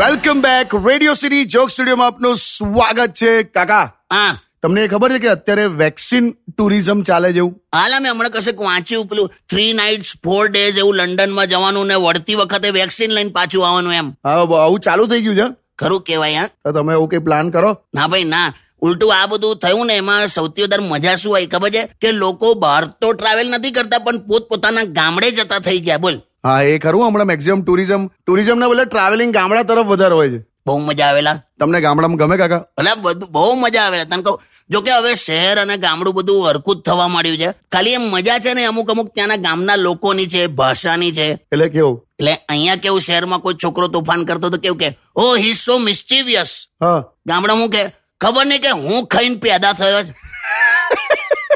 Welcome back Radio City joke સ્ટુડિયોમાં આપનું સ્વાગત છે કાકા હા તમને એ ખબર છે કે અત્યારે વેક્સિન ટુરિઝમ ચાલે જેવું હાલા મેં હમણાં કશેક વાંચ્યું પેલું થ્રી નાઇટ્સ ફોર ડેઝ એવું લંડનમાં જવાનું ને વળતી વખતે વેક્સિન લઈને પાછું આવવાનું એમ હા બ- આવું ચાલુ થઈ ગયું છે ખરું કહેવાય હા તો તમે એવું કંઈ પ્લાન કરો ના ભાઈ ના ઉલટું આ બધું થયું ને એમાં સૌથી વધારે મજા શું આવી ખબર છે કે લોકો બહાર તો ટ્રાવેલ નથી કરતા પણ પોતપોતાના ગામડે જતા થઈ ગયા બોલ હા એ ખરું હમણાં મેક્સિમમ ટુરિઝમ ટુરિઝમના બદલે ટ્રાવેલિંગ ગામડા તરફ વધારે હોય છે બહુ મજા આવેલા તમને ગામડામાં ગમે કાકા અલા બધું બહુ મજા આવેલા તને કહું જો કે હવે શહેર અને ગામડું બધું હરખું જ થવા માંડ્યું છે ખાલી એમ મજા છે ને અમુક અમુક ત્યાંના ગામના લોકોની છે ભાષાની છે એટલે કેવું એટલે અહીંયા કેવું શહેરમાં કોઈ છોકરો તોફાન કરતો તો કેવું કે "Oh, ઓ હી સો મિસ્ચીવિયસ હા ગામડા હું કે ખબર નહીં કે હું ખાઈને પેદા થયો જ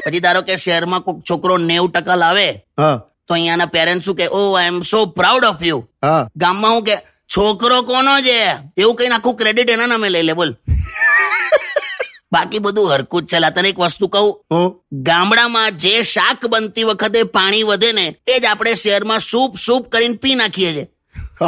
પછી ધારો કે શહેરમાં કોઈ છોકરો નેવું ટકા લાવે હા તો અહીંયાના પેરેન્ટ શું કે "Oh, oh I am so proud of you હા ગામમાં હું કે છોકરો કોનો છે એવું કઈ આખું ક્રેડિટ એના નામે લઈ લે બોલ બાકી બધું હરકું જ છે લા. તને એક વસ્તુ કહું હું ગામડામાં જે શાક બનતી વખતે પાણી વધે ને એ જ આપણે શહેરમાં સૂપ સૂપ કરીને પી નાખીએ છીએ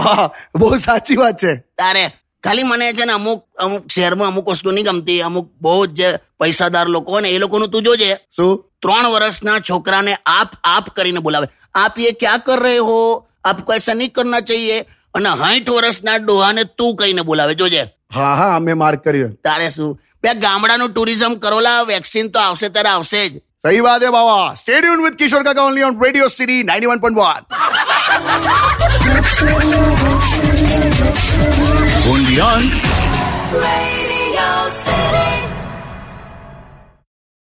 હા બહુ સાચી વાત છે તારે ખાલી મને છે ને અમુક અમુક શહેરમાં અમુક વસ્તુ નહીં ગમતી અમુક બહુ જ જે પૈસાદાર લોકો હોય ને એ લોકોનું તું જોજે શું ત્રણ વર્ષના છોકરાને આપ આપ કરીને બોલાવે આપ એ ક્યાં કર રહે હો આપકો એસા નહીં કરના ચાહીએ અને સાઠ વર્ષના ડોહાને તું કહીને બોલાવે જોજે હા હા મેં માર્ક કર્યો તારે શું બે ગામડાનું ટુરિઝમ કરોલા વેક્સિન તો આવશે ત્યારે આવશે જ સહી વાત છે બાવા stadium with Kishore Kaka only on Radio City ninety one point one Undian. Radio